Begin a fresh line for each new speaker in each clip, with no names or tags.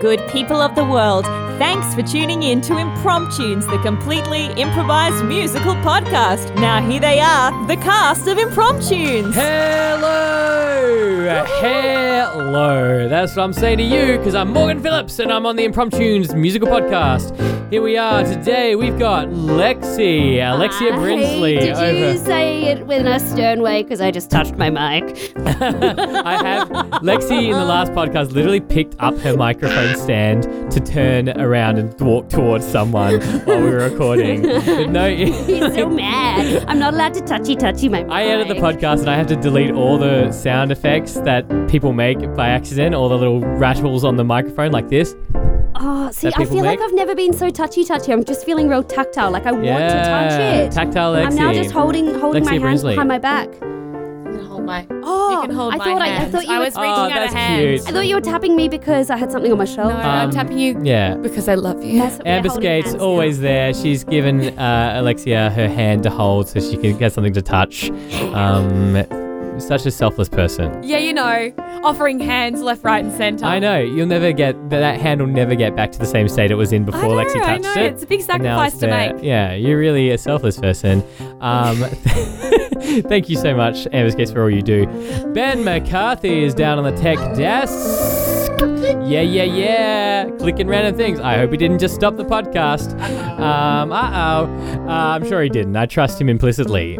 Good people of the world, thanks for tuning in to Impromptunes, the completely improvised musical podcast. Now, here they are, the cast of Impromptunes.
Hello, hello. That's what I'm saying to you because I'm Morgan Phillips and I'm on the Impromptunes musical podcast. Here we are today. We've got Lexi, Alexia Brinsley.
Hey, did
over.
you say it in a stern way? Because I just touched my mic.
I have Lexi in the last podcast literally picked up her microphone stand to turn around and walk towards someone while we were recording. But no,
He's so mad. I'm not allowed to touchy touchy my mic.
I edit the podcast and I have to delete all the sound effects that people make by accident, all the little rattles on the microphone like this.
Oh, see,
that
I
people
feel like
make.
I've never been so touchy touchy. I'm just feeling real tactile. Like I want to touch
Yeah,
it.
tactile
I'm now
Lexi.
just holding holding my
Lexi
hands
Brinsley.
behind my back.
can hold my.
Oh,
you can hold
I
my
thought I- I
hands.
thought you were-
was
Oh,
reaching out
that's
a hand.
cute.
I thought you were tapping me because I had something on my shoulder.
No, I'm
Um,
tapping you
Yeah.
because I love you.
That's what we're
Amber
holding
Skate's
hands
always there. She's given uh, Alexia her hand to hold so she can get something to touch. Um, such a selfless person.
Yeah, you know, offering hands left, right, and centre.
I know. You'll never get that- that hand will never get back to the same state it was in
I
before
know.
Lexi touched
I know.
it.
It's a big
And now it's
sacrifice to
there.
make.
Yeah, you're really a selfless person. Um, thank you so much, Amber's Guest, for all you do. Ben McCarthy is down on the tech desk. Yeah, yeah, yeah. Clicking random things. I hope he didn't just stop the podcast. Um, uh oh. I'm sure he didn't. I trust him implicitly.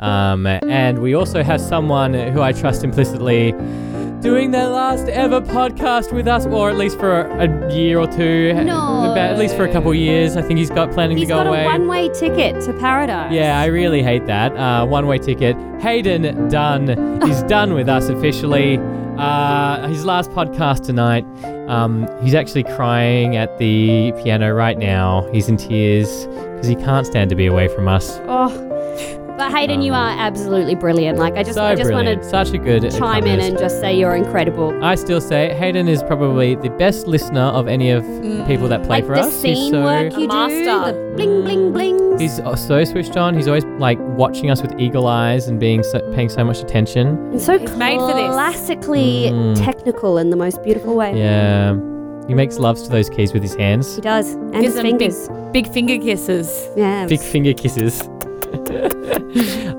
Um, and we also have someone who I trust implicitly doing their last ever podcast with us, or at least for a, a year or two.
No.
About- At least for a couple of years. I think he's got planning
He's
to go
got
away.
a one way ticket to paradise.
yeah, I really hate that. Uh, one way ticket. Hayden Dunn is done with us officially. Uh, his last podcast tonight. Um, he's actually crying at the piano right now. He's in tears because he can't stand to be away from us.
Oh. But Hayden, you are absolutely brilliant. Like I just
Um, so
I just
brilliant.
want
Such a good
to chime in
accompanist.
and just say you're incredible.
I still say Hayden is probably the best listener of any of people that play
Mm, like
for
the
us.
scene
he's so
work you
A master.
do, the bling bling blings.
he's so switched on. He's always like watching us with eagle eyes and being so, paying so much attention.
And so
made for this.
classically
Mm.
technical in the most beautiful way.
Yeah, um, he makes loves to those keys with his hands.
He does. And
Gives
his
them big,
fingers.
big finger kisses.
Yeah.
Big finger kisses.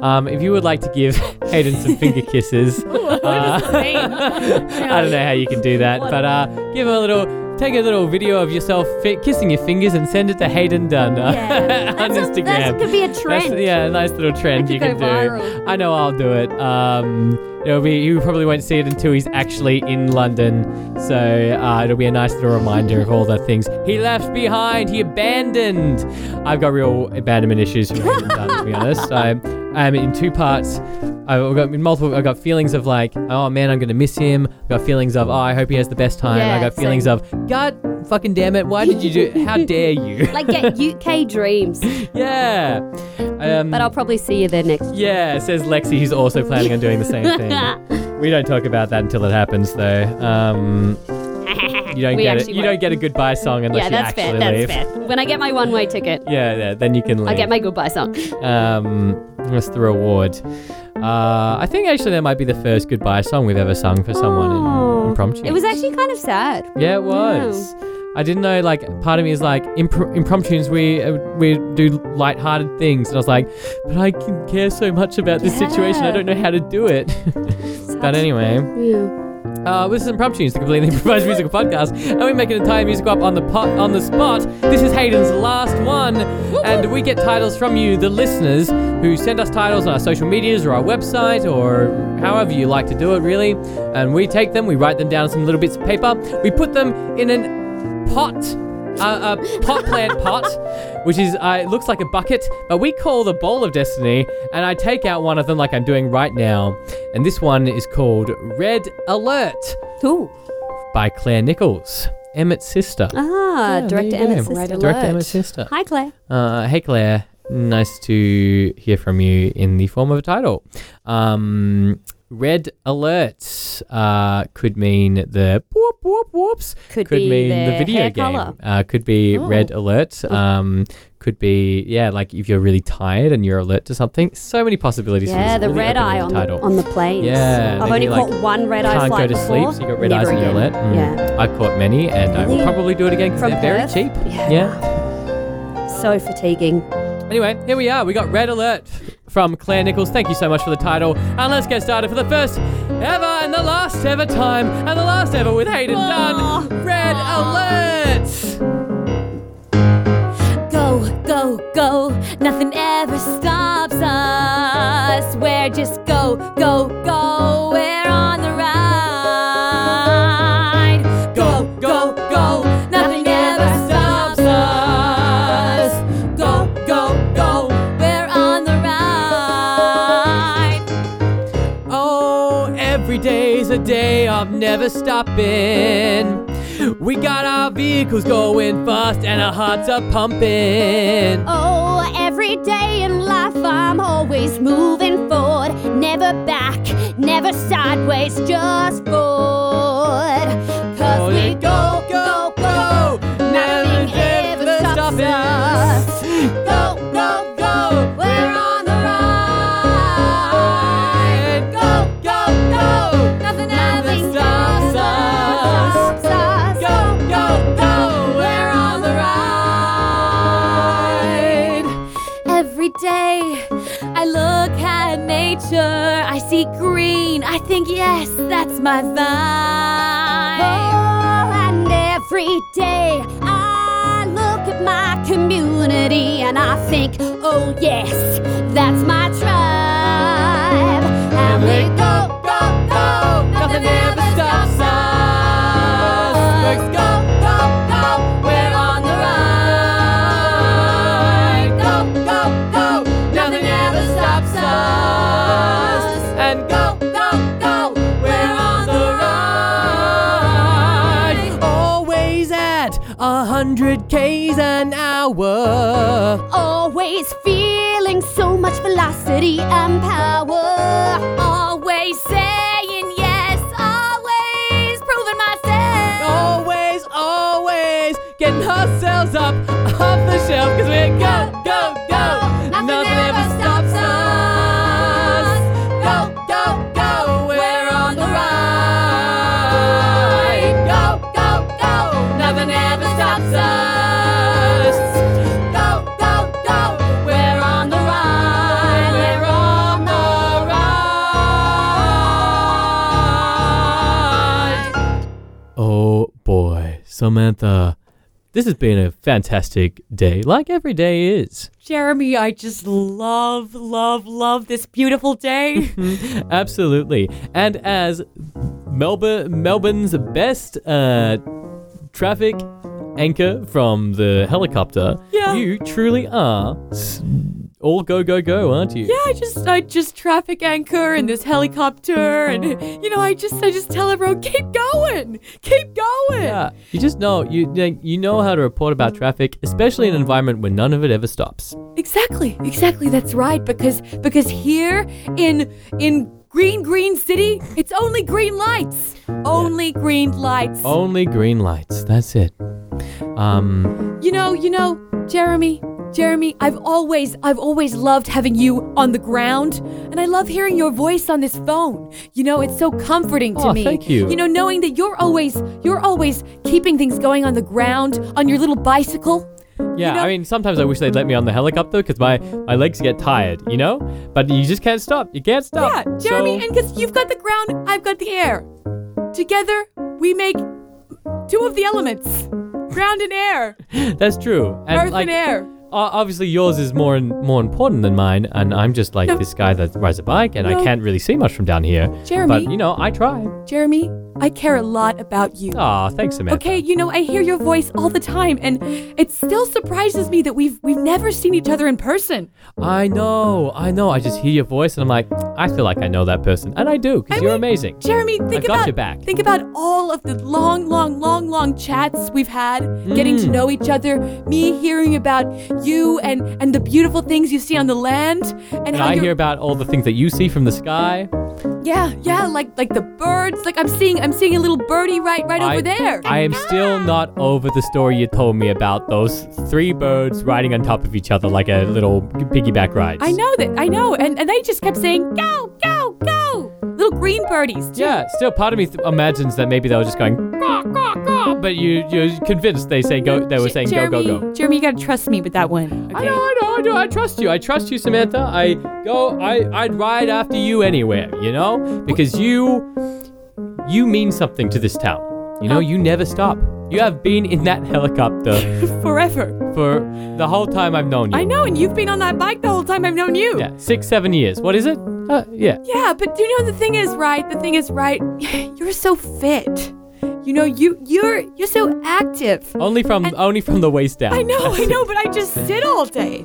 um, if you would like to give Hayden some finger kisses, uh, I don't know how you can do that, but uh, give him a little, take a little video of yourself fi- kissing your fingers and send it to Hayden Dunn uh,
Yeah.
on
That's a-
Instagram.
That could be a
That's-
trend.
yeah, a nice little trend
could
you can do.
go viral.
I know I'll do it. Um, it'll be you probably won't see it until he's actually in London, so uh, it'll be a nice little reminder of all the things he left behind. He abandoned. I've got real abandonment issues from Hayden Dunn, to be honest. I am in two parts. I've got multiple. I've got feelings of like, oh man, I'm gonna miss him. I've got feelings of, oh, I hope he has the best time.
Yeah,
I got
same.
feelings of, God, fucking damn it, why did you do? How dare you?
Like get UK dreams.
yeah. Um,
But I'll probably see you there next.
yeah, says Lexi, who's also planning on doing the same thing. We don't talk about that until it happens, though. Um, you don't
We
get it.
actually
You don't
won't.
get a goodbye song unless
yeah,
you
that's fair.
actually
That's
leave.
fair. When I get my one way ticket,
Yeah, yeah, then you can leave.
I'll get my goodbye song.
um, what's the reward? Uh, I think actually that might be the first goodbye song we've ever sung for someone in,
Oh.
impromptu.
It was actually kind of sad.
Yeah, it was. I didn't know. Like, part of me is like, impr- impromptus, we uh, we do lighthearted things, and I was like, but I c- care so much about this situation, I
Yeah.
don't know how to do it. but
Such-
anyway,
Yeah.
uh, this is impromptus, the completely improvised musical podcast, and we make an entire musical up on the pot on the spot. This is Hayden's last one, and we get titles from you, the listeners, who send us titles on our social medias or our website or however you like to do it, really. And we take them, we write them down on some little bits of paper, we put them in an pot a, a pot plant pot, which is uh, it looks like a bucket, but we call the bowl of destiny. And I take out one of them like I'm doing right now, and this one is called Red Alert
Ooh.
by Claire Nichols, Emmett's sister.
Ah,
Yeah, there
director
you go.
Emma's
Right
sister.
Director
Alert.
Emmett's sister.
Hi, Claire.
Uh, hey Claire, nice to hear from you in the form of a title. Um, red alert uh, could mean the whoop whoop whoops.
Could,
Could
be
mean the
their
video
hair
game.
Color.
Uh, could be
Oh.
red alert. Um, could be yeah, like if you're really tired and you're alert to something. So many possibilities. for
Yeah,
this
the
really
red
open
eye
ended
on
title.
the, on the planes.
Yeah,
I've
they
only
do, like,
caught one red eye
Can't
flight
go to
before.
sleep, so you got red
Never
eyes and you're
again.
alert. Mm.
Yeah.
I caught many, and I will
Really?
probably do it again because
From
they're very
Perth?
cheap.
Yeah.
yeah.
So fatiguing.
Anyway, here we are. We got Red Alert from Claire Nichols. Thank you so much for the title. And let's get started for the first ever and the last ever time and the last ever with Hayden Dunn. Red Alert!
Go, go, go, nothing ever stops us. We're just go, go, go, we're on the ride. Go, go, go, nothing ever stops us. Go, go, go, we're on the ride.
Oh, every day's a day of never stopping. We got our vehicles going fast and our hearts are pumping.
Oh, every day in life I'm always moving forward, never back, never sideways, just forward.
Oh,
Cause we go, go, go, nothing ever stops us. Go, go, go, we're on the ride. Go, go, go, nothing ever stops us. Go, go, go, we're on the ride. Every day I look at nature, I see green, I think, yes, that's my vibe. Oh, and every day I look at my community and I think, oh, yes, that's my tribe. And we go, go, go, nothing ever stops us. Let's go, go, go, we're on the ride. Go, go, go, nothing ever stops us.
And
Go, go, go, we're on the ride.
Always at a hundred k's an hour.
Always feeling so much velocity and power. Always saying yes, always proving myself.
Always, always getting ourselves up off the shelf because we go, go, go.
Nothing ever stops us. Go, go, go, we're on the ride. Go, go, go, nothing ever stops us. Go, go, go, we're on the ride. We're on the ride.
Oh boy, Samantha. This has been a fantastic day, like every day is.
Jeremy, I just love, love, love this beautiful day.
Absolutely. And as Melbourne Melbourne's best uh, traffic anchor from the helicopter,
Yeah.
you truly are s- all go go go, aren't you?
Yeah, I just I just traffic anchor in this helicopter and you know, I just I just tell everyone, keep going, keep going.
Yeah. You just know you like, you know how to report about traffic, especially in an environment where none of it ever stops.
Exactly, exactly, that's right, because because here in in Green Green City, it's only green lights. Only green lights.
Only green lights. That's it. Um
You know, you know, Jeremy, Jeremy, I've always, I've always loved having you on the ground, and I love hearing your voice on this phone. You know, it's so comforting to
Aw,
me.
thank you.
You know, knowing that you're always, you're always keeping things going on the ground on your little bicycle.
yeah,
know-
I mean sometimes I wish they'd let me on the helicopter because my, my legs get tired, you know? But you just can't stop. You can't
Yeah,
stop.
Jeremy,
Oh, So-
and because you've got the ground, I've got the air. Together, we make two of the elements: ground and air,
That's true. And
earth
like,
and air.
o- obviously yours is more and more important than mine, and I'm just like
No.
this guy that rides a bike, and I
No.
can't really see much from down here.
Jeremy.
But you know, I try.
Jeremy, I care a lot about you.
Aw, thanks, Samantha.
Okay, you know, I hear your voice all the time and it still surprises me that we've we've never seen each other in person.
I know, I know. I just hear your voice and I'm like, I feel like I know that person. And I do, because you're amazing.
Jeremy, think
got
about
your back.
think about all of the long, long, long, long chats we've had, getting
Mm.
to know each other, me hearing about you and and the beautiful things you see on the land, and,
And
how
I
you're,
hear about all the things that you see from the sky.
yeah, yeah, like like the birds. Like I'm seeing I'm seeing a little birdie right right
I,
over there.
I am still not over the story you told me about those three birds riding on top of each other like a little piggyback ride.
I know that I know, and and they just kept saying go go go, little green birdies.
Yeah, still part of me th- imagines that maybe they were just going, "Caw, caw, caw," but you, you're convinced they say go. They were saying go,
Jeremy,
go, go.
Jeremy, you gotta trust me with that one.
I know, I know, I know. I trust you. I trust you, Samantha. I go. I I'd ride after you anywhere. You know, because you you mean something to this town. You know, you never stop. You have been in that helicopter
Forever.
for the whole time I've known you.
I know, and you've been on that bike the whole time I've known you.
Yeah, six, seven years. What is it? Uh, yeah.
Yeah, but do you know the thing is right? The thing is right. You're so fit. You know, you you're you're so active.
Only from only from the waist down.
I know, I know, but I just sit all day.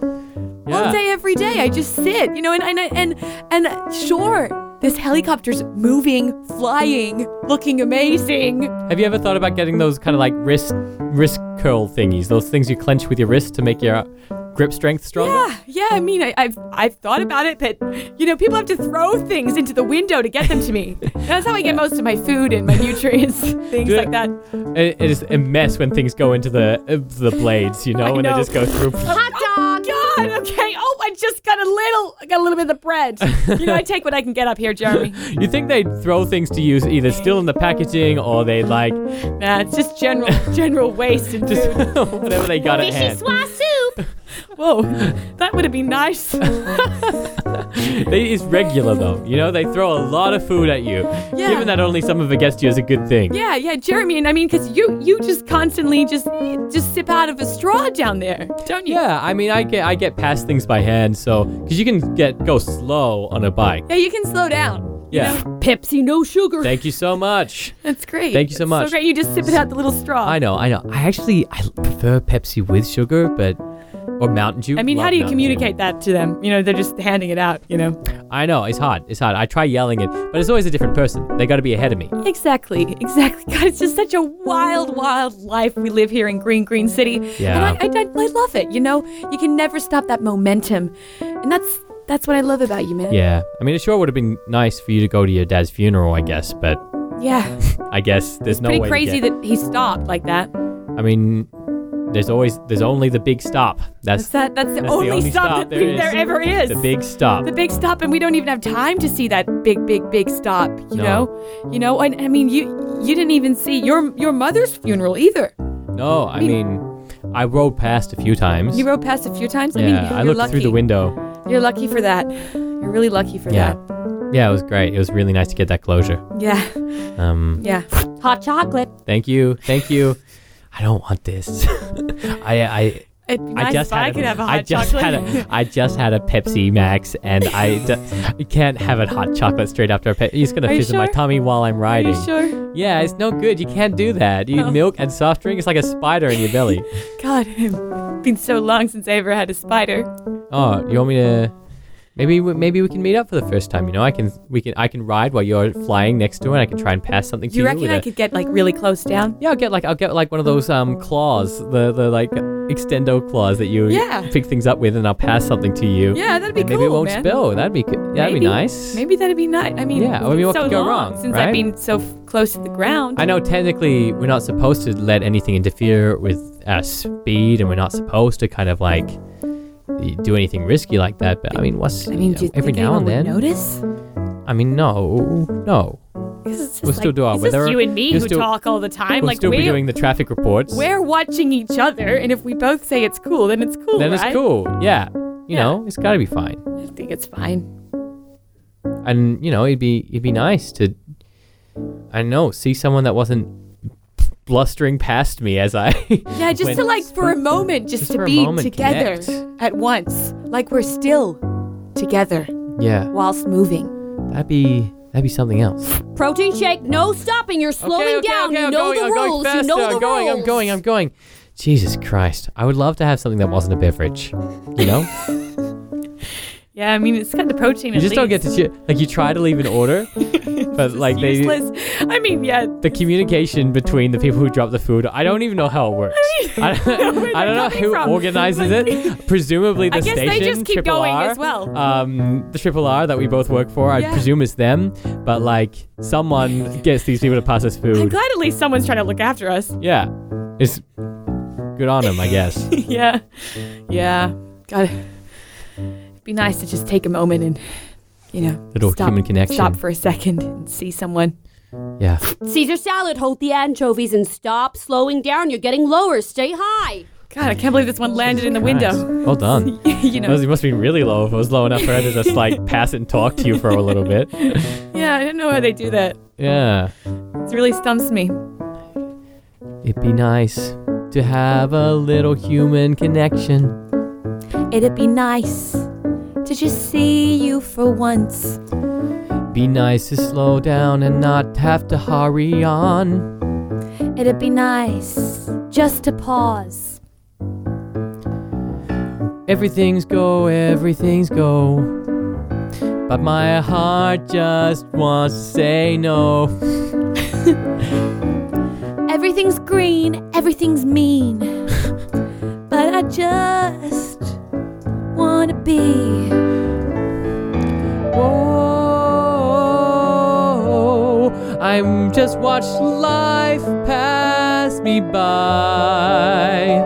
Yeah.
All day every day. I just sit. You know, and and and and sure, this helicopter's moving, flying, looking amazing.
Have you ever thought about getting those kind of like wrist wrist curl thingies? Those things you clench with your wrist to make your uh, grip strength stronger?
Yeah, yeah, I mean I, I've I've
Mm.
thought about it, but you know, people have to throw things into the window to get them to me. That's how I get most of my food and my nutrients, things
Do
like
it.
that.
It, it is a mess when things go into the uh, the blades, you know, when they
know.
just go through.
Hot dog. Oh God. Okay. Oh, I just got a little, I got a little bit of the bread. You know, I take what I can get up here, Jeremy.
you think they throw things to use either still in the packaging or they like
nah, it's just general, general waste and
just
food.
whatever they got at
Fishy
hand.
swa soup.
Whoa, that would have been nice.
They, it's regular though, you know. They throw a lot of food at you.
Yeah.
Given that only some of it gets to you is a good thing.
yeah, yeah, Jeremy, and I mean, cause you, you just constantly just, just sip out of a straw down there, don't you?
Yeah, I mean, I get I get past things by hand, so because you can get go slow on a bike.
Yeah, you can slow down.
Yeah.
You know, Pepsi, no sugar.
Thank you so much.
That's great.
Thank you so
That's
much.
So great, you just sip it out the little straw.
I know, I know. I actually I prefer Pepsi with sugar, but or Mountain Dew.
I mean, how
Love
do
Mountain
you
Dew.
communicate that to them? You know, they're just handing it out. You know.
I know it's hard. It's hard. I try yelling it, but it's always a different person. They got to be ahead of me.
Exactly, exactly. God, it's just such a wild, wild life we live here in Green, Green City.
Yeah.
And I, I, I love it, you know? You can never stop that momentum. And that's that's what I love about you, man.
Yeah, I mean, it sure would have been nice for you to go to your dad's funeral, I guess, but
Yeah.
I guess there's no
Pretty
way.
crazy
to get,
that he stopped like that.
I mean, there's always there's only the big stop. That's,
That's, that, that's the
that's
only, stop, that
there
there,
is.
ever is.
the big stop.
The big stop, and we don't even have time to see that big, big, big stop, you
No.
know? You know, and I mean, you you didn't even see your your mother's funeral either.
no, I mean, I rode past a few times.
You rode past a few times. I mean,
yeah,
you're
I looked
lucky.
through the window.
You're lucky for that. You're really lucky for
Yeah.
that.
Yeah, it was great. It was really nice to get that closure.
Yeah,
Um,
yeah.
Hot chocolate.
thank you, thank you. I don't want this. I, I,
It'd be
I
nice
just
if I
had
could have a hot
I just
chocolate.
had a, I just had a Pepsi Max, and I, d- you can't have a hot chocolate straight after a Pepsi. It's gonna
Are you
fizz in my
sure?
tummy while I'm
Are
riding.
you sure? Oh.
Yeah, it's no good. You can't do that. You eat milk and soft drink. It's like a spider in your belly.
God, it's been so long since I ever had a spider.
oh, you want me to? Maybe we- maybe we can meet up for the first time. You know, I can we can I can ride while you're flying next to it. and I can try and pass something
Do
to
you
you.
reckon
with
I
a-
could get like really close down?
Yeah, I'll get like I'll get like one of those um claws, the the like extendo claws that you
Yeah.
pick things up with, and I'll pass something to you.
Yeah, that'd be
and
cool,
maybe it won't
man.
spill. That'd be good. That'd be
Maybe.
nice.
Maybe that'd be nice. I mean,
Yeah,
it's
I mean,
been
what
so
could go
long
wrong,
since
right?
I've been so f- close to the ground.
I know technically we're not supposed to let anything interfere with our speed, and we're not supposed to kind of like do anything risky like that. But I mean, what's
I mean,
you
do
know,
you
every
think
now and
anyone
then?
would notice?
I mean, no, no.
'Cause it's just
We'll
like,
still do our
it's just
weather-
you and me
we'll
who
still-
talk all the time.
we'll
like
still
we're
be doing the traffic reports.
we're watching each other, and if we both say it's cool, then it's cool.
then
right?
it's cool. Yeah, you
Yeah.
know, it's got to be fine.
I think it's fine.
and you know it'd be it'd be nice to i don't know see someone that wasn't blustering past me as i
Yeah, just
when-
to like for a moment, just,
Just for
to
a
be
moment,
together
connect.
at once, like we're still together
yeah
whilst moving.
that'd be That'd be something else.
Protein shake, no stopping. You're slowing
okay, okay,
down.
okay,
you
I'm
know
going,
the
I'm going
rules.
faster,
You know the
I'm going,
rules.
I'm going, I'm going. Jesus Christ. I would love to have something that wasn't a beverage. You know?
Yeah, I mean, it's got the protein.
you just don't get to cheer. Like, you try to leave an order, but, like, they.
I mean, yeah.
the communication between the people who drop the food, I don't even know how it works. I don't, I don't know who organizes it. Presumably the
guess they
station,
just keep
Triple
going
R,
as well.
Um, the Triple R that we both work for, I
Yeah.
presume is them. But like someone gets these people to pass us
I'm
food.
glad at least someone's trying to look after us.
yeah, it's good on them, I guess.
yeah. Yeah. God. It'd be nice to just take a moment and, you know,
Little
stop,
human connection.
Stop for a second and see someone.
yeah.
Caesar salad, hold the anchovies and stop slowing down. You're getting lower. Stay high.
God, I can't believe this one landed in the window.
Nice. Well done.
you
That
know,
was- It must be really low if it was low enough for her to just like pass it and talk to you for a little bit.
yeah, I don't know why they do that.
Yeah.
It really stumps me.
It'd be nice to have a little human connection.
It'd be nice to just see you for once.
Be nice to slow down and not have to hurry on.
It'd be nice just to pause.
Everything's go, everything's go. But my heart just wants to say no.
Everything's green, everything's mean. but I just wanna be.
Whoa, I'm just watched life pass me by.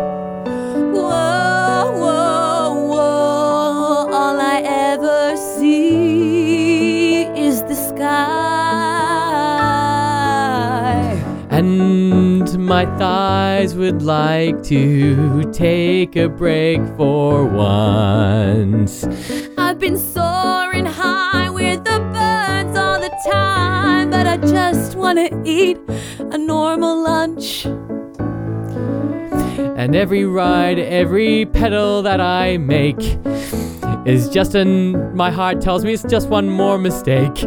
Whoa, whoa, whoa. All I ever see is the sky.
And my thighs would like to take a break for once.
I've been soaring high with the birds all the time, but I just wanna eat a normal lunch.
And every ride, every pedal that I make is just an. My heart tells me it's just one more mistake.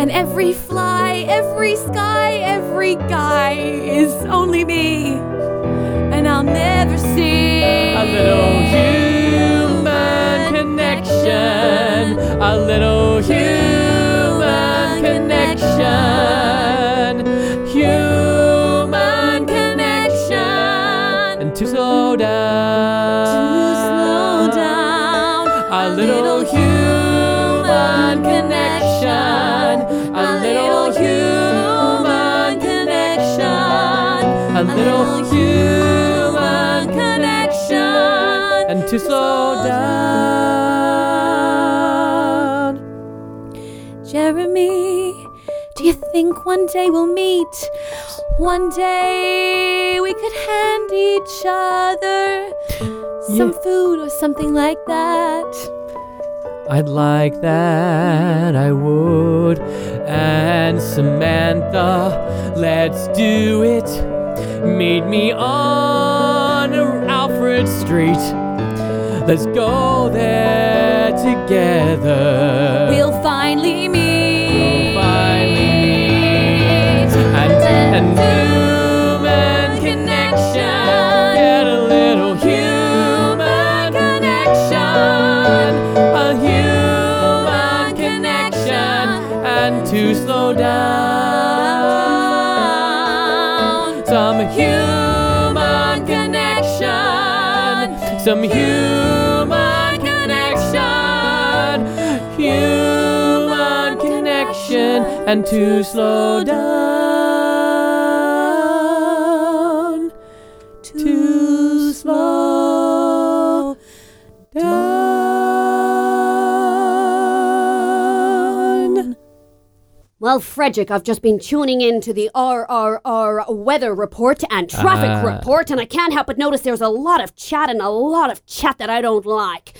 And every fly, every sky, every guy is only me. And I'll never see
A little human connection. A little human connection. Human connection. And to slow down.
slow down.
A little human connection. A little human connection. A little human connection. And to slow down.
Jeremy, do you think one day we'll meet? One day we could hand each other some food or something like that.
I'd like that, I would. And Samantha, let's do it. Meet me on Alfred Street. Let's go there together.
We'll finally meet.
finally meet. And, and human connection. Get a little human connection. A human connection. And to slow down. Some human connection. Some human connection. Human connection. And to slow down. To slow down.
Well, Frederick, I've just been tuning in to the RRR weather report and traffic
Ah.
report, and I can't help but notice there's a lot of chat and a lot of chat that I don't like.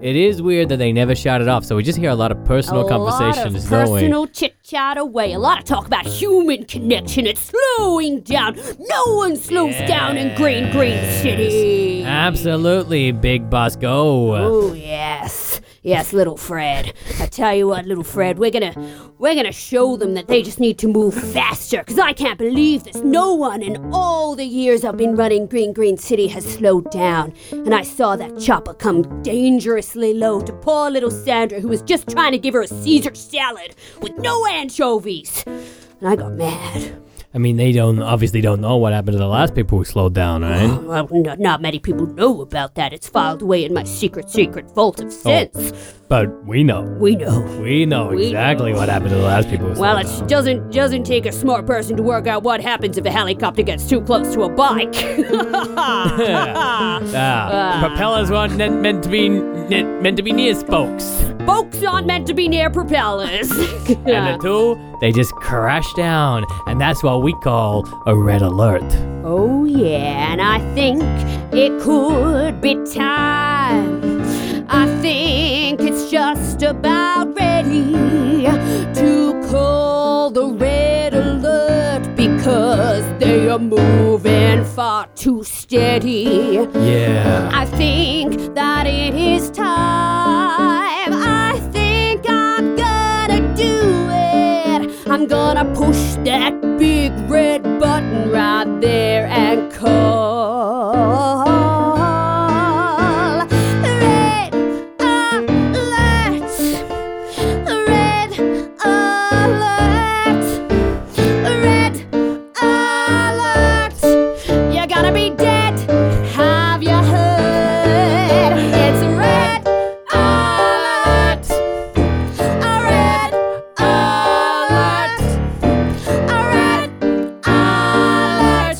It is weird that they never shout it off, so we just hear a lot of personal
a
conversations,
lot of
don't we?
personal chit chat away. A lot of talk about human connection. It's slowing down. No one slows down in Green Green City.
Absolutely, Big Boss Go.
Oh yes, yes, little Fred. I tell you what, little Fred, we're gonna we're gonna show them that they just need to move faster. Cause I can't believe this. No one in all the years I've been running Green Green City has slowed down. And I saw that chopper come dangerously low to poor little Sandra, who was just trying to give her a Caesar salad with no anchovies. And I got mad.
I mean, they don't obviously don't know what happened to the last people who slowed down, right?
Well, not, not many people know about that. It's filed away in my secret, secret vault of sins.
But we know.
We know.
We know
We
exactly what happened to the last people who
Well,
slowed
it
down.
doesn't doesn't take a smart person to work out what happens if a helicopter gets too close to a bike.
Ah, propellers weren't ne- meant to be ne- meant to be near spokes.
Folks aren't meant to be near propellers.
And the two, they just crash down, and that's what we call a red alert.
oh yeah, and I think it could be time. I think it's just about ready to call the red alert because they are moving far too steady.
Yeah.
I think that it is time. I think I'm gonna do it. I'm gonna push that big red button right there and call. Red alert. Red alert. Red alert. You're gonna be dead. Have you heard? It's red alert. A red alert. A red alert.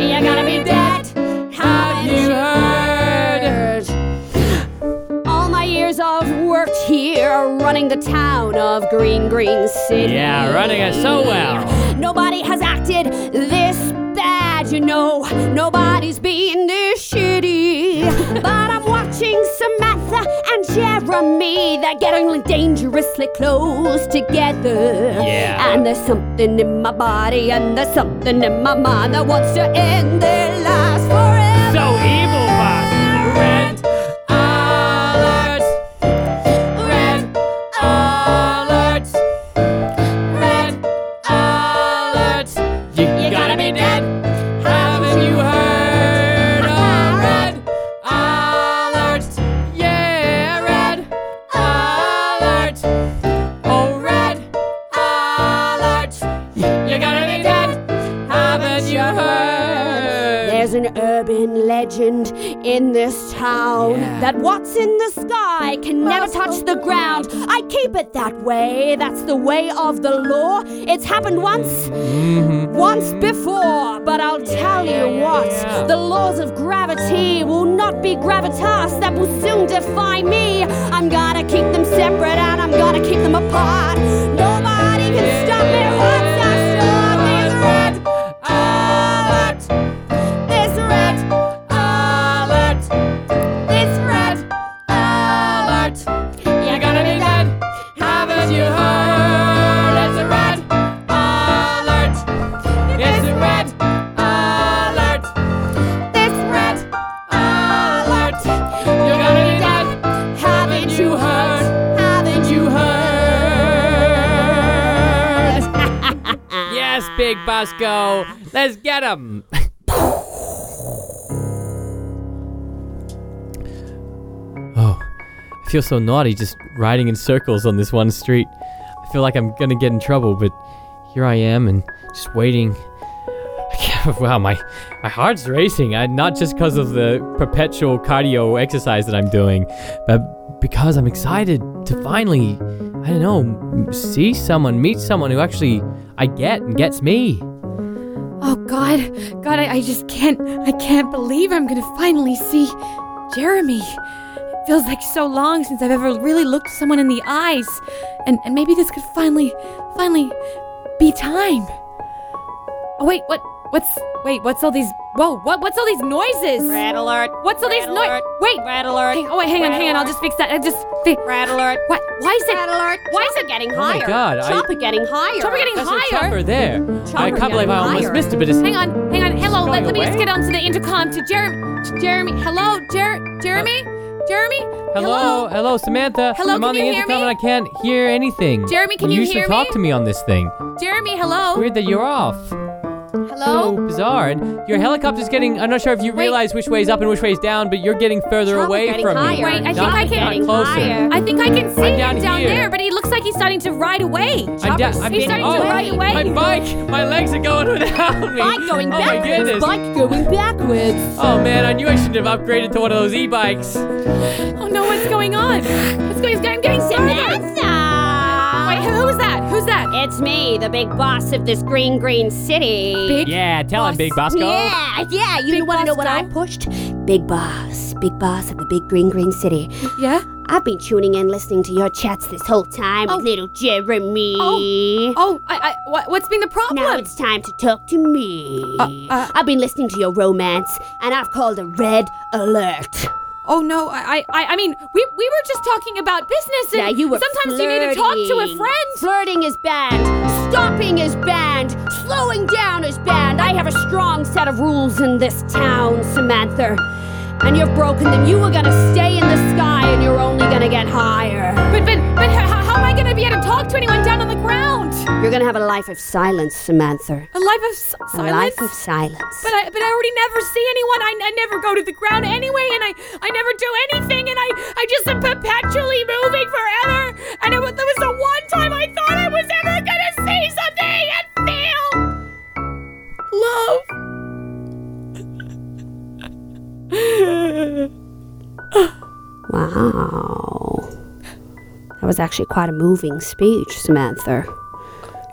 You're gonna be dead. Have you heard? All my years I've worked here, running the town of Green Green City.
Yeah, running it so well.
Nobody has acted this bad, you know. Nobody's been this shitty. but I'm watching Samantha and Jeremy. They're getting dangerously close together.
Yeah.
And there's something in my body, and there's something in my mind that wants to end their lives forever.
So evil, boss. Red alert.
Red alert. Red alert.
You,
You gotta be dead.
Haven't you heard? A red alert. Yeah, red alert. Oh, red alert. You're gonna be dead. Haven't you heard?
There's an urban legend in this town that what's in the sky can never touch the ground. I keep it that way. That's the way of the law. It's happened once, once before, but I'll tell you what. The laws of gravity will not be gravitas that will soon defy me. I'm gonna keep them separate and I'm gonna keep them apart. Nobody can stop me once I start these red alert. This red alert. This red alert. You're gonna be dead. Haven't you heard? It's a red alert. It's a red alert. This red alert. You're gonna be dead. Haven't you heard? Haven't you heard?
Yes, Big Bosco. Let's get him. oh, I feel so naughty just riding in circles on this one street. I feel like I'm gonna get in trouble, but here I am and just waiting. I can't- Wow, my, my heart's racing. I, not just because of the perpetual cardio exercise that I'm doing, but because I'm excited to finally, I don't know, see someone, meet someone who actually I get and gets me.
Oh God, God, I, I just can't, I can't believe I'm gonna finally see Jeremy. It feels like so long since I've ever really looked someone in the eyes, and and maybe this could finally, finally, be time. Oh wait, what, what's,
Wait, what's all these? Whoa, what? What's all these noises?
Red alert.
What's all these
Red
noises?
alert.
Wait.
Red alert.
Hang, oh, wait, hang on,
Red
hang on. I'll
alert.
just fix that. I just. Fi-
Red alert.
what? Why is it?
Red alert.
Why is
Chopper
it-
getting
Oh my
higher?
God, I-
Chopper getting higher.
Chopper getting
There's a
higher.
chopper there. I
Chopper
can't believe I
getting
almost
higher.
missed it, but it's.
Hang on, hang on. Hello,
Going
let, let me just
away?
get onto the intercom to Jeremy. To Jeremy, hello, Jer, Jeremy, Jeremy.
Hello, hello, Samantha.
Hello,
I'm
can
on the
you hear
intercom
me?
and I can't hear anything.
Jeremy, can you
usually
hear
talk
me?
to me on this thing.
Jeremy, hello,
Weird that you're off.
hello.
So bizarre. And your helicopter's getting. I'm not sure if you realize which way's up and which way's down, but you're getting further
Chopper
away
getting
from me.
higher.
Wait, I think
Not-
I can-
Not
Getting
closer.
higher.
I think I can see him
down
down,
here.
there, but he looks like he's starting to ride away.
I'm, da- I'm
he's
being-
starting
oh,
to ride away.
My bike, my legs are going without me.
Bike going
oh my
backwards.
goodness.
Bike going backwards.
Oh man, I knew I shouldn't have upgraded to one of those e-bikes.
Oh no, what's going on? What's going on? I'm getting scared. Wait,
Samantha.
who- who's that? Who's that?
It's me, the big boss of this green, green city.
Big
Yeah, tell him, Big Bosco.
Yeah, yeah. You
Big
want to know what
Boss
I
Guy?
pushed? Big boss, big boss of the big green green city.
Yeah.
I've been tuning in, listening to your chats this whole time with little Jeremy.
Oh, I, I, what, what's been the problem?
Now it's time to talk to me.
uh.
I've been listening to your romance, and I've called a red alert.
Oh no, I, I, I I mean, we, we were just talking about business, and
Yeah, you were
sometimes you need to talk to a
flirting.
friend.
Flirting is banned. Stopping is banned. Slowing down is banned. I have a strong set of rules in this town, Samantha. And you've broken them. You were gonna stay in the sky, and you're only gonna get higher.
But, but, but how, how am I going to be able to talk to anyone down on the ground?
You're gonna have a life of silence, Samantha.
A life of s- silence.
A life of silence.
But I, but I already never see anyone. I, I never go to the ground anyway, and I, I never do anything, and I, I just am perpetually moving forever. And it was, that was the one time I thought I was ever gonna see something and feel love.
Wow. That was actually quite a moving speech, Samantha.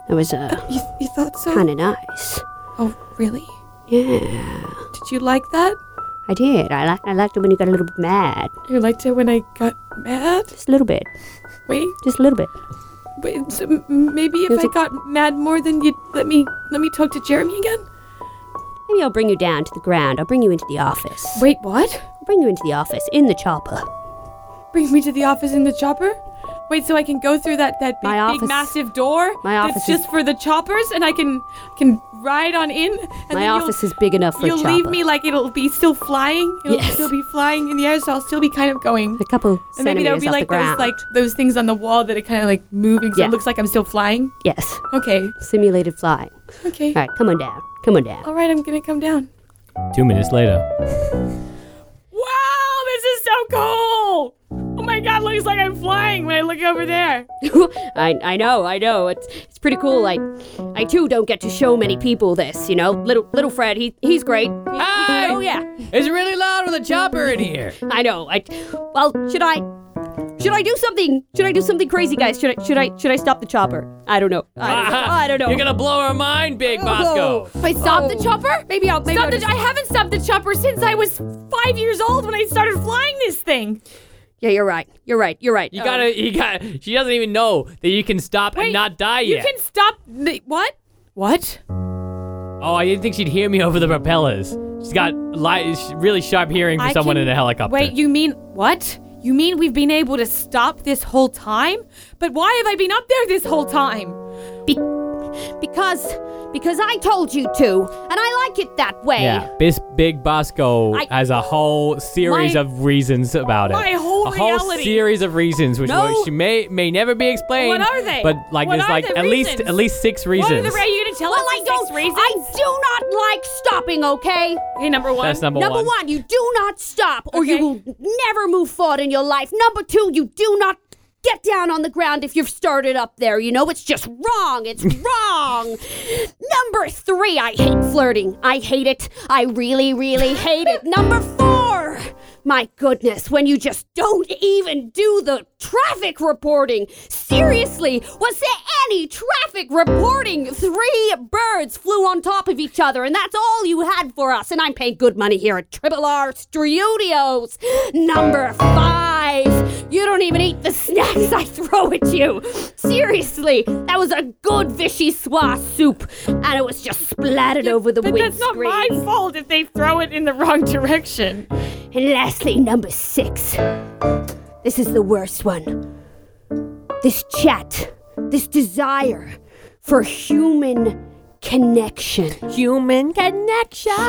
It was uh,
Oh, You, you thought so?
kind of nice.
Oh, really?
Yeah,
Did you like that?
I did. I, li- I liked it when you got a little bit mad.
You liked it when I got mad?
Just a little bit.
Wait,
Just a little bit.
wait so m- maybe if I got mad more than you let me let me talk to Jeremy again?
Maybe I'll bring you down to the ground. I'll bring you into the office.
Wait, what?
I'll bring you into the office in the chopper.
Bring me to the office in the chopper? Wait, so I can go through that, that big,
My
big
office-
massive door
my
that's
office is-
just for the choppers and I can can ride on in? And
My
then you'll-
office is big enough for a
You'll leave
chopper.
me like it'll be still flying. It'll
Yes.
still be flying in the air, so I'll still be kind of going.
A couple
And maybe there'll
centimeters
be
off
like
the
those
ground.
like those things on the wall that are kind of like moving, so
Yeah.
it looks like I'm still flying.
yes,
Okay,
simulated flying.
okay.
All right, come on down. Come on down.
All right, I'm gonna come down.
Two minutes later.
Wow, this is so cool! Oh my god, looks like I'm flying when I look over there.
I, I know, I know. It's it's pretty cool. I I too don't get to show many people this, you know. Little little Fred, he he's great.
Hi!
Oh yeah,
It's really loud with a chopper in here.
I know. I well, should I should I do something? Should I do something crazy, guys? Should I should I should I stop the chopper? I don't know. I don't know. I don't know.
You're gonna blow our mind, Big Bosco.
Wait, stop the chopper?
Oh. Maybe I'll maybe
Stop
I'll
the,
just-
I haven't stopped the chopper since I was five years old when I started flying this thing.
Yeah, you're right. You're right. You're right.
You gotta, you gotta. She doesn't even know that you can stop and
Um, Wait,
not die
You
yet.
can stop. The, what? What?
Oh, I didn't think she'd hear me over the propellers. She's got light, really sharp hearing for
I
someone
can-
in a helicopter.
Wait, you mean what? You mean we've been able to stop this whole time? But why have I been up there this whole time?
Uh, because because I told you to, and I like it that way.
Yeah, this Big Bosco
I-
has a whole series
My-
of reasons about it.
My whole
a whole
reality.
series of reasons, which
No.
which may may never be explained.
What are they?
But like,
What
there's
are
like
the
at least
reasons?
at least six reasons.
What are the Ray? You gonna tell
Well,
us
I
the six
don't.
reasons?
I do not like stopping. Okay.
okay, number one.
That's number,
Number
one.
one. you do not stop or you
Okay.
will never move forward in your life. Number two, you do not get down on the ground if you've started up there. You know, it's just wrong. It's wrong. Number three, I hate flirting. I hate it. I really, really hate it. Number four, my goodness, when you just don't even do the traffic reporting. Seriously, was there any traffic reporting? Three birds flew on top of each other, and that's all you had for us. And I'm paying good money here at Triple R Studios. Number five, You don't even eat the snacks I throw at you. Seriously, that was a good vichyssoise soup, and it was just splattered over the
But that's not my
windscreen.
fault if they throw it in the wrong direction.
And lastly, number six. This is the worst one. This chat, this desire for human connection.
Human connection.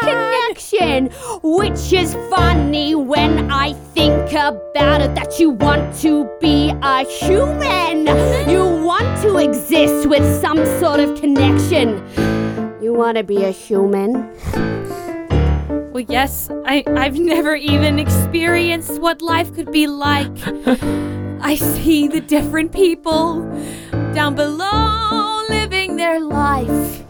connection, which is funny when I think about it that you want to be a human. You want to exist with some sort of connection. You want to be a human?
Well, yes, I, I've never even experienced what life could be like. I see the different people down below living their life.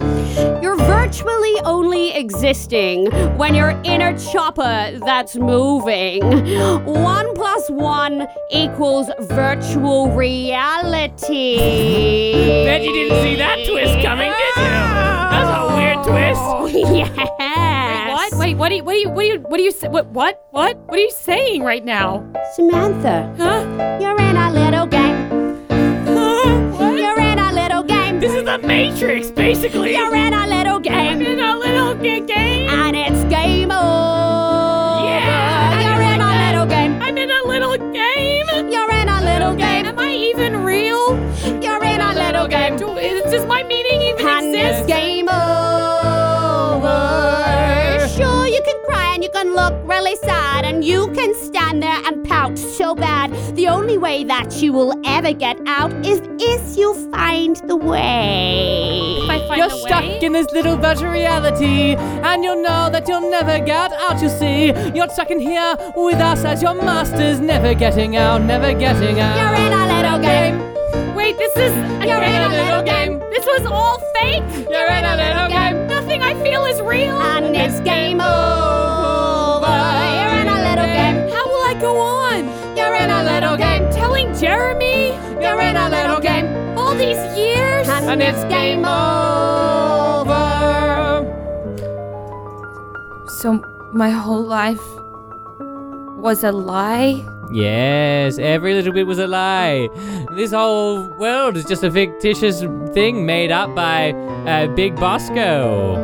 You're virtually only existing when your inner chopper that's moving. One plus one equals virtual reality.
Bet you didn't see that twist coming, did you? That's a weird twist.
Oh, yes.
What? Wait, what are you, what are you, what are you, what are you, sa- what, what, what? What are you saying right now?
Samantha,
Huh?
you're in a little game. You're in a little game.
This is the Matrix, basically.
You're in a little game.
In a little g- game?
And it's game over. You're in a little game.
I'm in a little game?
You're in a little game.
Am I even real?
You're in a little game.
Do, is, does my meaning even
And it's
exist?
game over. Sure, you can cry and you can look really sad and you can stand there and pout so bad. The only way that you will ever get out is if you find the way.
If I find
You're
a way-
stuck in this little virtual reality, and you'll know that you'll never get out, you see. You're stuck in here with us as your masters, never getting out, never getting
You're
out.
in a little game.
Wait, this is.
You're in a little game.
This was all fake.
You're in a little game.
Nothing I feel is real.
And it's game over. You're in a little game.
How will I go on?
You're in a little game.
Telling Jeremy
You're in a little game.
all these years.
And it's game over.
So my whole life was a lie.
Yes, every little bit was a lie. This whole world is just a fictitious thing made up by uh, Big Bosco.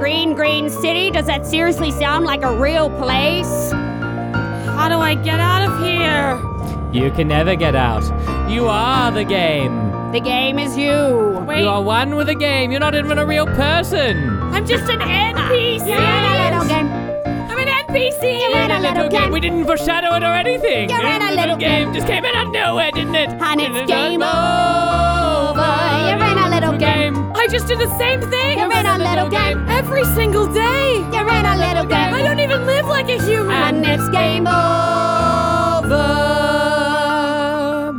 Green, green city. Does that seriously sound like a real place?
How do I get out of here?
You can never get out. You are the game.
The game is you.
Wait,
You are one with the game. You're not even a real person.
I'm just an NPC.
You're in a little game.
I'm an NPC.
You're in a little
Okay, we
game.
didn't foreshadow it or anything.
You're in a
This
little
game. Just came out of nowhere, didn't it?
And it's
Didn't
game
it?
over. You're in a little game.
I just did the same thing.
You're in a little game.
Every single day.
You're in a little
I
game.
don't even live like a human.
And it's game over.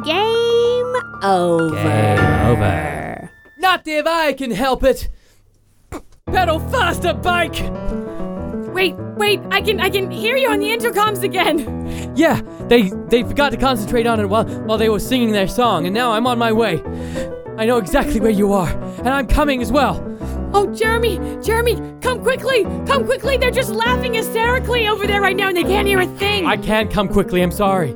Game over.
Game over. Not if I can help it. Pedal faster, bike.
Wait, wait, I can I can hear you on the intercoms again.
Yeah, they they forgot to concentrate on it while while they were singing their song, and now I'm on my way. I know exactly where you are, and I'm coming as well.
Oh, Jeremy, Jeremy, come quickly, come quickly. They're just laughing hysterically over there right now and they can't hear a thing.
I can't come quickly. I'm sorry.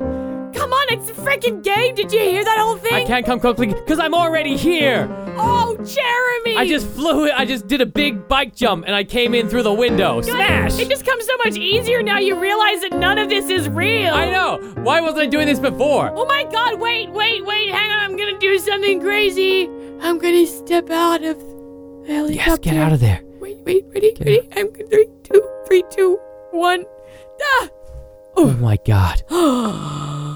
come on, it's a freaking game. Did you hear that whole thing?
I can't come quickly because I'm already here.
Oh, Jeremy.
I just flew it. I just did a big bike jump and I came in through the window. Smash!
It just comes so much easier now you realize that none of this is real.
I know. Why wasn't I doing this before?
Oh my god, wait, wait, wait, hang on, I'm gonna do something crazy. I'm gonna step out of the helicopter.
Yes, get out of there.
Wait, wait, ready, ready? I'm three, two, three, two, one. Ah!
Oh my god.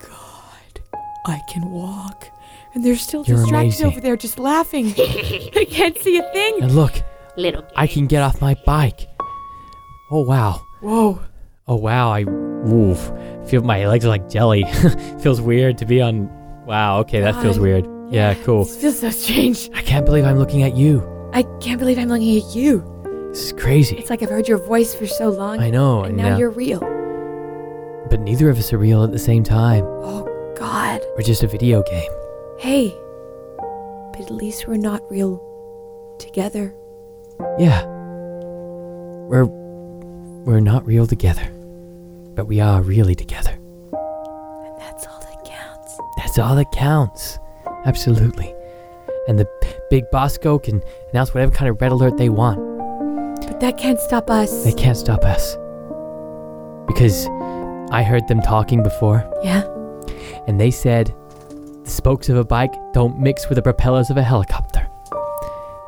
God, I can walk. And they're still
You're
distracted
amazing.
over there, just laughing. I can't see a thing.
And look,
Little game.
I can get off my bike. Oh wow.
Whoa.
Oh wow. I woof. Feel my legs are like jelly. feels weird to be on. Wow. Okay, that feels
God.
weird. Yeah, cool.
This feels so strange.
I can't believe I'm looking at you.
I can't believe I'm looking at you.
This is crazy.
It's like I've heard your voice for so long.
I know.
And
And
now
now,
you're real.
but neither of us are real at the same time.
Oh, God.
We're just a video game.
Hey. But at least we're not real together.
Yeah. We're we're not real together, but we are really together. It's all that counts. Absolutely. And the p- big Bosco can announce whatever kind of red alert they want.
But that can't stop us.
They can't stop us. Because I heard them talking before,
yeah.
and they said the spokes of a bike don't mix with the propellers of a helicopter.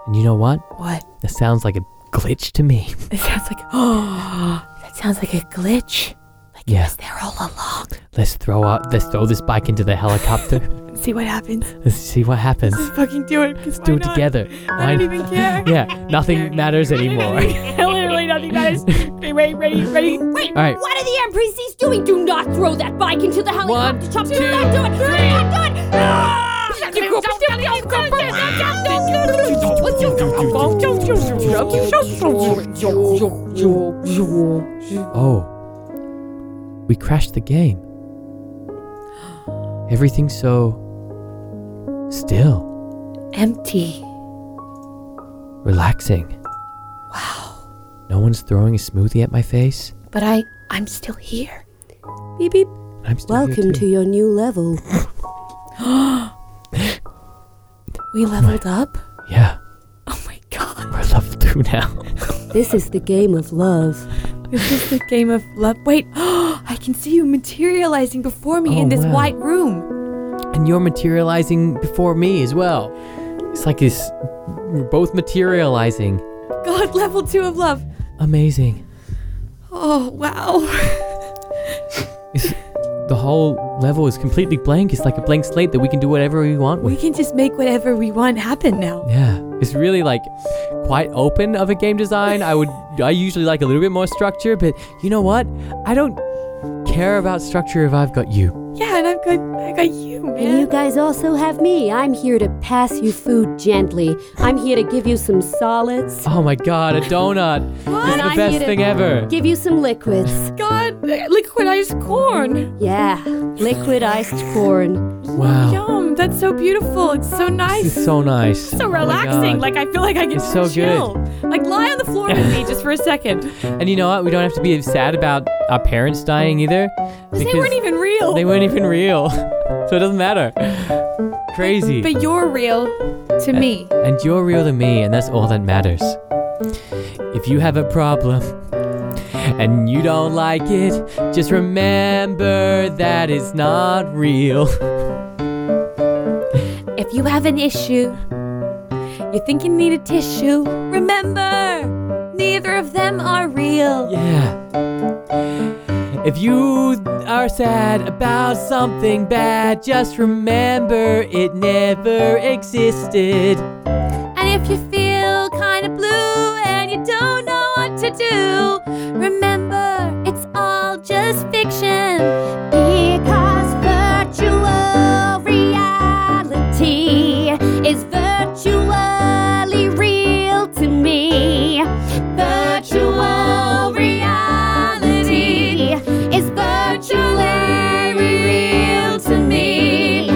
And you know what?
What?
That sounds like a glitch to me.
It sounds like oh, that sounds like a glitch. Like
Yeah.
yes, they're all along.
Let's throw up. Let's throw this bike into the helicopter.
Let's see what happens.
let's see what happens.
Let's fucking do it.
Let's
'cause
do
why
it
not?
together.
I
Why-
don't even care.
Yeah, nothing matters anymore.
Literally nothing matters. Ready, ready, ready, ready.
Wait,
All right.
what are the NPCs doing? Do not throw that bike into the helicopter. Chop, do not do it. Do not do it. Ah!
Oh, we crashed the game. Everything's so still.
Empty.
relaxing. Wow. No one's throwing a smoothie at my face.
But I, I'm still here.
Beep, beep.
and I'm still here
Welcome to
too.
your new level.
We leveled up.
Yeah,
Oh my god.
we're level two now.
This is the game of love.
This is the game of love. Wait, I can see you materializing before me
Oh,
in this
wow.
white room.
and you're materializing before me as well. It's like this. We're both materializing.
God, level two of love.
Amazing.
Oh wow.
It's, the whole level is completely blank. It's like a blank slate that we can do whatever we want
We
with.
can just make whatever we want happen now.
Yeah, it's really like quite open of a game design. I would, I usually like a little bit more structure, but you know what? I don't care about structure if I've got you.
Yeah, and I've got, I got you,
And you
man.
guys also have me. I'm here to pass you food gently. I'm here to give you some solids.
Oh my god, a donut! This
And
is the
I'm
best
here to
thing ever.
Give you some liquids.
God, liquidized corn.
Yeah, liquid iced corn.
Wow,
Yum, that's so beautiful. It's so
this
nice.
is so nice.
so
Oh my
relaxing.
God.
like I feel like I can
It's so
chill. Like lie on the floor with me just for a second.
and you know what? We don't have to be sad about our parents dying either, because
they weren't even real.
they weren't even real. so it doesn't matter. Crazy.
but you're real to me.
and you're real to me, and that's all that matters. If you have a problem and you don't like it, just remember that it's not real.
If you have an issue, you think you need a tissue. Remember, neither of them are real.
Yeah. If you are sad about something bad, just remember it never existed.
And if you feel kind of blue and you don't know what to do, remember it's all just fiction.
Because virtual reality is virtually real to me. Virtual reality is virtually real to me.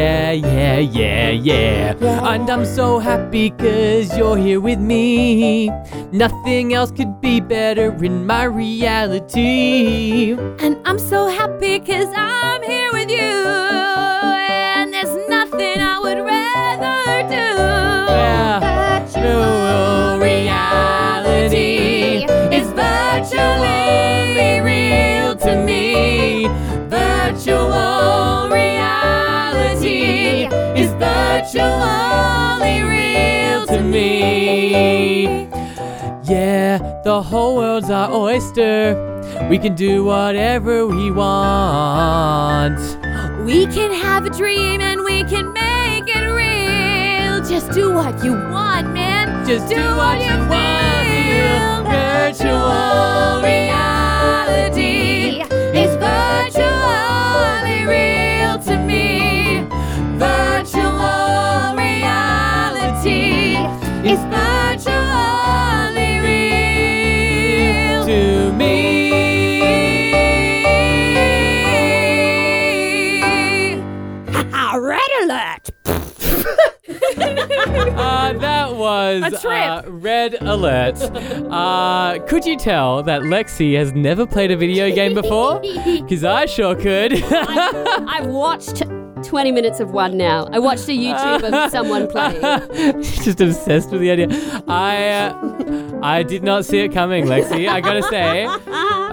Yeah, yeah, yeah, yeah. And I'm so happy cause you're here with me. Nothing else could be better in my reality.
And I'm so happy because I'm here with you. And there's nothing I would rather do.
Yeah. Virtual reality is virtually real to me. Virtual reality is virtually real to me. Yeah, the whole world's our oyster. We can do whatever we want.
We can have a dream and we can make it real. Just do what you want, man.
Just do what you want. feel. Virtual reality is virtually real to me. Virtual reality is virtually real to me.
Ah, red alert!
Uh, that was
A trip.
Uh, Red Alert. Uh, could you tell that Lexi has never played a video game before? Because I sure could.
I've watched 20 minutes of one now. I watched a YouTube of someone playing.
Just obsessed with the idea. I uh, I did not see it coming, Lexi. I gotta say,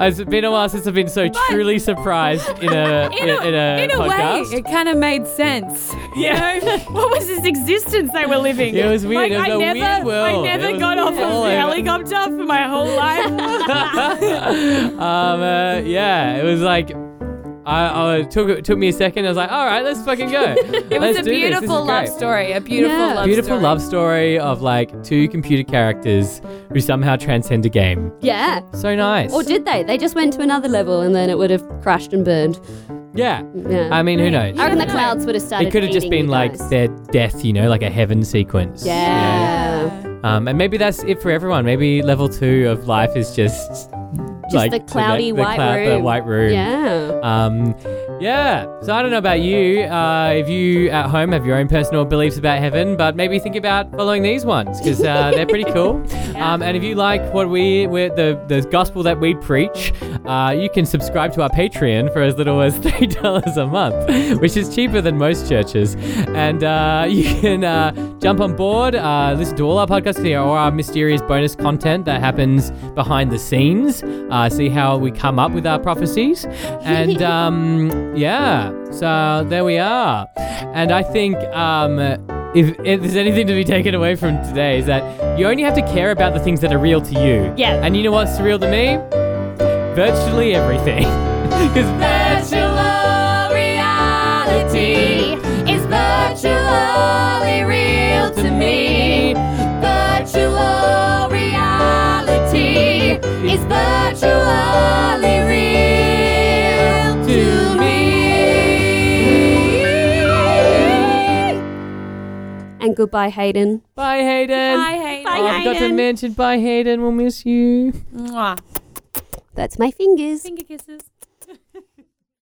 it's been a while since I've been so truly surprised in a in, in a,
in a
podcast.
way, it kind of made sense.
yeah.
what was this existence they were living?
It was weird.
Like,
It was
I
a weird
never,
world.
I
It
never
was
got off of
all
the
over.
helicopter for my whole life.
um, uh, yeah, it was like. I, I took it took me a second. I was like, "All right, let's fucking go."
it was a beautiful love story. A beautiful
Yeah.
love
Beautiful
story.
love story of like two computer characters who somehow transcend a game.
Yeah.
So nice.
Or did they? They just went to another level and then it would have crashed and burned.
yeah.
Yeah.
I mean, who knows?
I reckon the clouds would have started.
It could have just
feeding
been
you
like
guys.
their death, you know, like a heaven sequence. you know?
Yeah.
Um, and maybe that's it for everyone. Maybe level two of life is just, like
the
you know,
cloudy
the
white
cloud- The
room.
white room.
Yeah.
Um, yeah. So I don't know about you. Uh, if you at home have your own personal beliefs about heaven, but maybe think about following these ones because uh, they're pretty cool. Um, and if you like what we, we the the gospel that we preach, uh, you can subscribe to our Patreon for as little as three dollars a month, which is cheaper than most churches. And uh, you can uh, jump on board, uh, listen to all our podcasts here or our mysterious bonus content that happens behind the scenes. Uh, see how we come up with our prophecies. And um, yeah, so there we are. And I think um, if, if there's anything to be taken away from today is that you only have to care about the things that are real to you.
Yeah.
And you know what's real to me? Virtually everything. Because virtual reality
Is virtually real to me. Virtual reality is virtually real to me. And goodbye, Hayden.
Bye, Hayden.
I hate
Oh, I forgot to mention, bye, Hayden. We'll miss you.
Mwah.
That's my fingers.
Finger kisses.